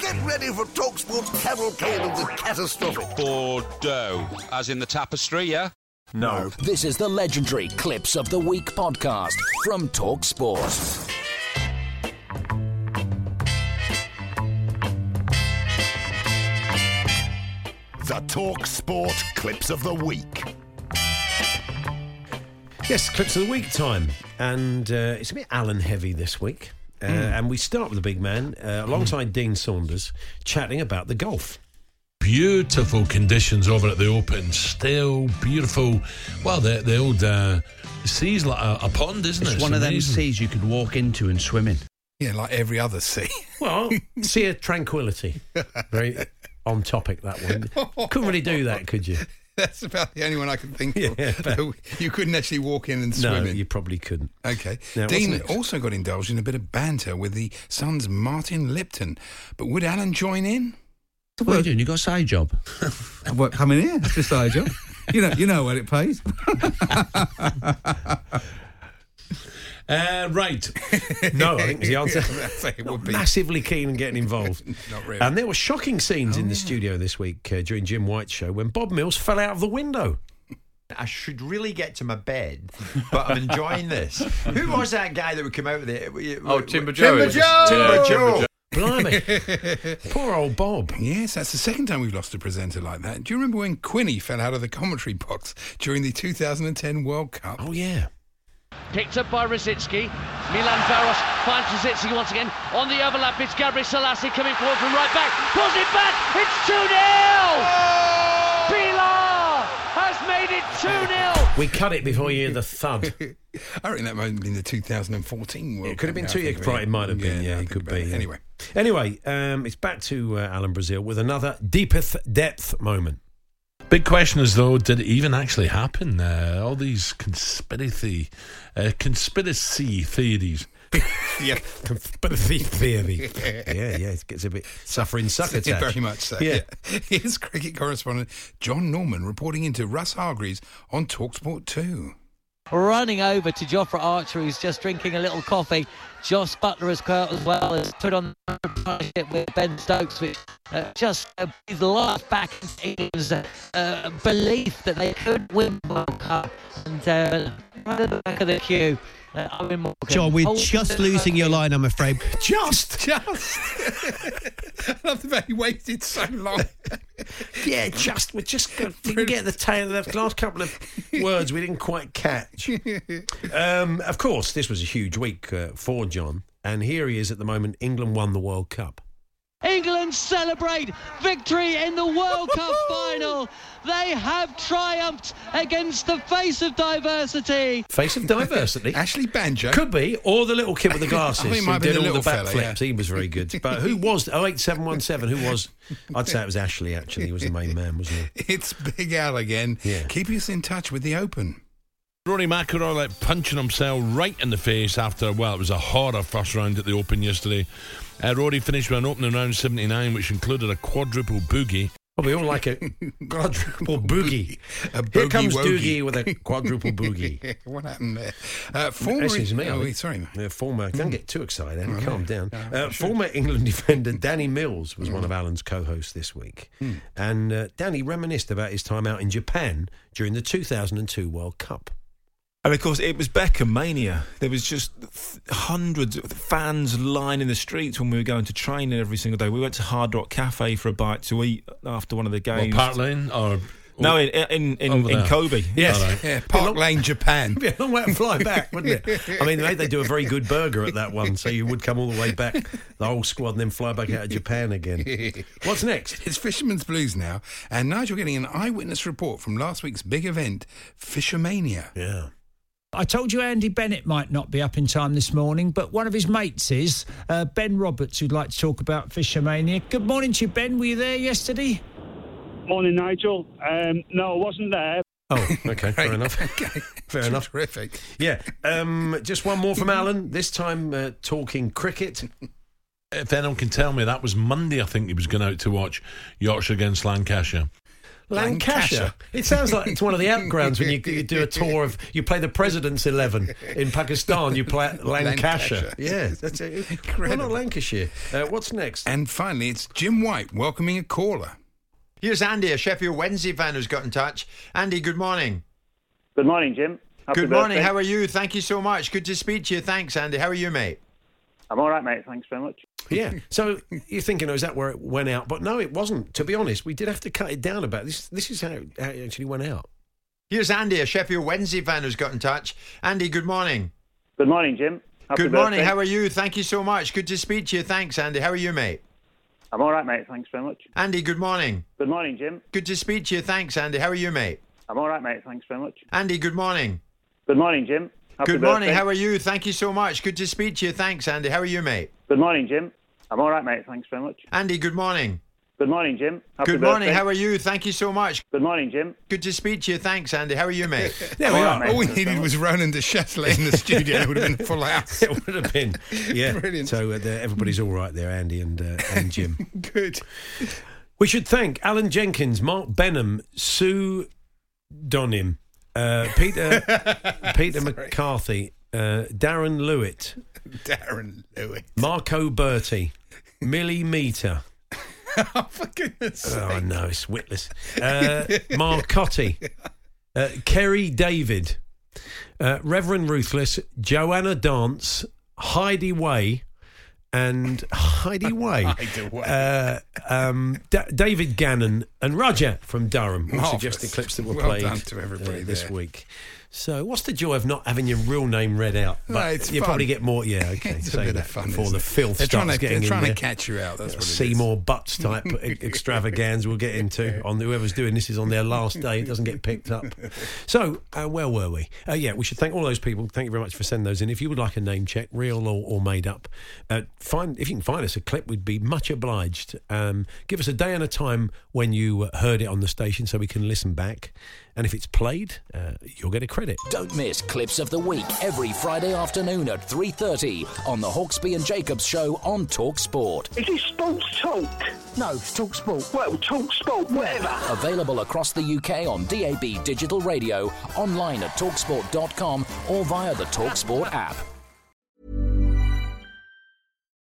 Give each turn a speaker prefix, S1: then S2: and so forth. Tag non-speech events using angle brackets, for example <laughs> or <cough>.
S1: Get ready for TalkSport's cavalcade of the catastrophic.
S2: Bordeaux, as in the tapestry, yeah?
S3: No.
S4: This is the legendary Clips of the Week podcast from Talk Sport.
S1: The TalkSport clips of the week.
S3: Yes, clips of the week time, and uh, it's a bit Alan heavy this week. Uh,
S5: Hmm.
S3: And we start with the big man uh, alongside Dean Saunders chatting about the golf.
S6: beautiful conditions over at the Open. Still beautiful. Well, the the old uh, sea's like a, a pond, isn't it?
S7: It's one of them
S6: amazing.
S7: seas you could walk into and swim in.
S5: Yeah, like every other sea. <laughs>
S3: Well, see a tranquility. Very on topic that one. Couldn't really do that, could
S5: <laughs>
S3: you?
S5: That's about the only one I can think of.
S3: Yeah, but-
S5: No, you couldn't actually walk in and
S3: No,
S5: swim in.
S3: you probably couldn't.
S5: Okay.
S3: Now, what's
S5: Dean
S3: next?
S5: also got indulged in a bit of banter with the son's Martin Lipton. But would Alan join in?
S7: What are you doing? You got a side
S3: <laughs>
S7: job?
S8: What, coming here? It's just our job. You know, you know what it pays.
S7: <laughs>
S6: Uh, right.
S3: <laughs> No, I think was the answer.
S5: <laughs> That's it, it would be.
S3: Massively keen on getting involved.
S5: <laughs> Not really. Oh.
S3: And there were shocking scenes in the studio this week uh, during Jim White's show when Bob Mills fell out of the window.
S9: I should really get to my bed, but I'm enjoying
S10: <laughs>
S9: this. Who was that guy that would come out with it?
S10: Oh, Timber Joe.
S5: Timber Joe!
S10: Timber
S9: Joe.
S5: <laughs>
S3: Blimey. Poor old Bob.
S5: Yes, that's the second time we've lost a presenter like that. Do you remember when Quinny fell out of the commentary box during the 2010 World Cup?
S3: Oh, yeah.
S8: Picked up by Rosicki. Milan Varos finds Rosicki once again. On the overlap, it's Gabriel Selassie coming forward from right back. Pulls it back. It's 2 0. Pilar has made it 2 0.
S3: We cut it before you hear the
S5: <laughs>
S3: thud.
S5: I reckon that might have been the 2014 World
S3: It could have
S5: Cup
S3: been
S5: now
S3: two
S5: I think
S3: years.
S5: of
S3: Right, it might have been.
S5: now
S3: Yeah,
S5: I
S3: it
S5: think
S3: could
S5: about
S3: be. yeah.
S5: Anyway,
S3: Anyway, um, it's back to uh, Alan Brazil with another deepeth depth moment. <laughs>
S6: Big question is though, did it even actually happen? Uh, all these conspiracy, uh, conspiracy theories.
S3: Conspiracy theory.
S5: <laughs>
S3: yeah, yeah, it gets a bit suffering succotash.
S5: very much so.
S3: Yeah.
S5: Yeah. <laughs> Here's cricket correspondent John Norman reporting into Russ Hargreaves on Talksport 2.
S8: running over to Jofra Archer, who's just drinking a little coffee. Joss Butler has come out as well as put on a partnership with Ben Stokes, which uh, just uh, breathed life back into England's uh, uh, belief that they could win the World Cup. And uh, right at the back of the queue, uh, Owen Morgan. holds it up.
S7: line, I'm afraid.
S3: <laughs>
S5: Just, just. I love the fact he waited so long.
S3: <laughs> Yeah, just we just got, didn't get the tail of the last couple of <laughs> words we didn't quite catch. <laughs> Um, of course, this was a huge week uh, for John, and here he is at the moment. England won the World Cup.
S8: England celebrate victory in the World Cup final. They have triumphed against the face of diversity.
S3: Face of <laughs> diversity.
S5: Ashley Banjo.
S3: Could be, or the little kid with the <laughs> glasses
S5: I think it
S3: who
S5: might be
S3: did
S5: the
S3: all the
S5: little fella,
S3: backflips.
S5: yeah.
S3: He was very good. But who was oh eight seven one seven? Who was? I'd say it was Ashley. Actually, he was the main man, wasn't he?
S5: It's Big Al again.
S3: Yeah.
S5: Keep us in touch with the Open. <laughs>
S6: Rory McIlroy like punching himself right in the face after well, it was a horror first round at the Open yesterday. Uh, Rory finished with an opening round 79, which included a quadruple boogie.
S3: Probably all <laughs> like a quadruple boogie.
S5: A
S3: Here
S5: boogie
S3: comes
S5: wogie.
S3: Doogie with a quadruple <laughs> boogie.
S5: what happened there? Uh, former.
S3: Excuse me. I
S5: oh,
S3: think-
S5: sorry. mate.
S3: Uh, former, don't get too excited, Andy, calm down.
S5: no,
S3: uh, former England <laughs> defender Danny Mills was one of Alan's co hosts this week. <laughs> And uh, Danny reminisced about his time out in Japan during the 2002 World Cup.
S10: And of course, it was Beckham mania. There was just th- hundreds of fans lining the streets when we were going to training every single day. We went to Hard Rock Cafe for a bite to eat after one of the games.
S6: Park Lane or
S10: no, in in in,
S6: Over
S10: in
S6: there.
S10: Kobe.
S6: Yes. All right.
S5: <laughs> Yeah, Park
S3: <laughs>
S5: Lane, Japan.
S3: Be a long way to fly back, wouldn't it? <laughs> I mean, mate, they do a very good burger at that one, so you would come all the way back, the whole squad, and then fly back out of Japan again. <laughs> What's next?
S5: It's Fisherman's Blues now, and Nigel getting an eyewitness report from last week's big event, Fishermania.
S3: Yeah.
S11: I told you Andy Bennett might not be up in time this morning, but one of his mates is, uh, Ben Roberts, who'd like to talk about Fishermania. Good morning to you, Ben. Were you there yesterday?
S12: Morning, Nigel. Um, no, I wasn't there.
S3: <laughs> Oh, <laughs> okay, fair
S5: <laughs>
S3: enough. Fair enough.
S5: Terrific.
S3: Yeah. Um, just one more from Alan, this time uh, talking cricket.
S6: If anyone can tell me, that was Monday. I think he was going out to watch Yorkshire against Lancashire.
S3: Lancashire. It sounds like it's one of the outgrounds when you, you do a tour of. You play the President's Eleven in Pakistan. You play at <laughs> Lancashire.
S5: Lancashire.
S3: Yeah, that's it. Why not Lancashire? Uh, what's next?
S5: And finally, it's Jim White welcoming a caller.
S9: Here's Andy, a Sheffield Wednesday fan who's got in touch. Andy, good morning.
S12: Good morning, Jim. Happy
S9: good morning.
S12: birthday.
S9: How are you? Thank you so much. Good to speak to you. Thanks, Andy. How are you, mate?
S12: I'm all right, mate. Thanks very much.
S3: Yeah. So you're thinking, oh, is that where it went out? But no, it wasn't. To be honest, we did have to cut it down about this. This is how it, how it actually went out.
S9: Here's Andy, a Sheffield Wednesday fan who's got in touch. Andy, good morning.
S12: Good morning, Jim. Happy
S9: good morning.
S12: birthday.
S9: How are you? Thank you so much. Good to speak to you. Thanks, Andy. How are you, mate?
S12: I'm all right, mate. Thanks very much.
S9: Andy, good morning.
S12: Good morning, Jim.
S9: Good to speak to you. Thanks, Andy. How are you, mate?
S12: I'm all right, mate. Thanks very much.
S9: Andy, good morning.
S12: Good morning, Jim. Happy
S9: good morning.
S12: birthday.
S9: How are you? Thank you so much. Good to speak to you. Thanks, Andy. How are you, mate?
S12: Good morning, Jim. I'm all right, mate. Thanks very much.
S9: Andy, good morning.
S12: Good morning, Jim. Happy
S9: good morning.
S12: birthday.
S9: How are you? Thank you so much.
S12: Good morning, Jim.
S9: Good to speak to you. Thanks, Andy. How are you, mate?
S3: There we
S5: All
S3: are.
S5: right, All we needed was Ronan de
S12: <laughs>
S5: Châtelet in the studio. It would have been a full
S3: <laughs>
S5: house. <laughs>
S3: It would have been. Yeah. Brilliant. So uh, there- everybody's all right there, Andy and uh, and Jim. <laughs>
S5: Good.
S3: We should thank Alan Jenkins, Mark Benham, Sue Donim, uh, Peter Peter McCarthy, uh, Darren Lewitt,
S5: Darren Lewis. <laughs>
S3: Marco Berti, Millie Meter.
S5: Oh, for goodness
S3: Oh
S5: sake.
S3: no, it's
S5: <laughs>
S3: witless. Uh, Marcotti, uh, Kerry David, uh, Reverend Ruthless, Joanna Dance, Heidi Way, and
S5: <laughs>
S3: Heidi Way,
S5: Heidi Way.
S3: Uh, um, Da- David Gannon, and Roger from Durham. All
S5: Marvellous.
S3: suggested clips that were
S5: Well
S3: played uh,
S5: done to everybody
S3: this
S5: there.
S3: week. So, what's the joy of not having your real name read out?
S5: No, it's
S3: you
S5: fun.
S3: probably get more.
S5: <laughs>
S3: Yeah, okay.
S5: It's a
S3: save
S5: bit
S3: that
S5: of fun,
S3: before
S5: isn't
S3: the
S5: it?
S3: filth
S5: They're
S3: starts
S5: trying to-
S3: getting
S5: they're
S3: in
S5: trying to
S3: there.
S5: catch you out, that's what it is.
S3: Seymour Butts type e- extravaganza we'll get into on whoever's doing this is on their last day. It doesn't get picked up. So uh, where were we? Uh, yeah, we should thank all those people. Thank you very much for sending those in. If you would like a name check, real or, or made up, uh, find if you can find us a clip, we'd be much obliged. Um, give us a day and a time when you uh, heard it on the station, so we can listen back. And if it's played, uh, you'll get a credit.
S4: Don't miss clips of the week every Friday afternoon at 3:30 on the Hawksby and Jacobs show on Talk Sport.
S13: Is it sports talk? No, it's talk sport. Well, talk sport, whatever.
S4: Available across the UK on DAB digital radio, online at talksport.com or via the Talksport app.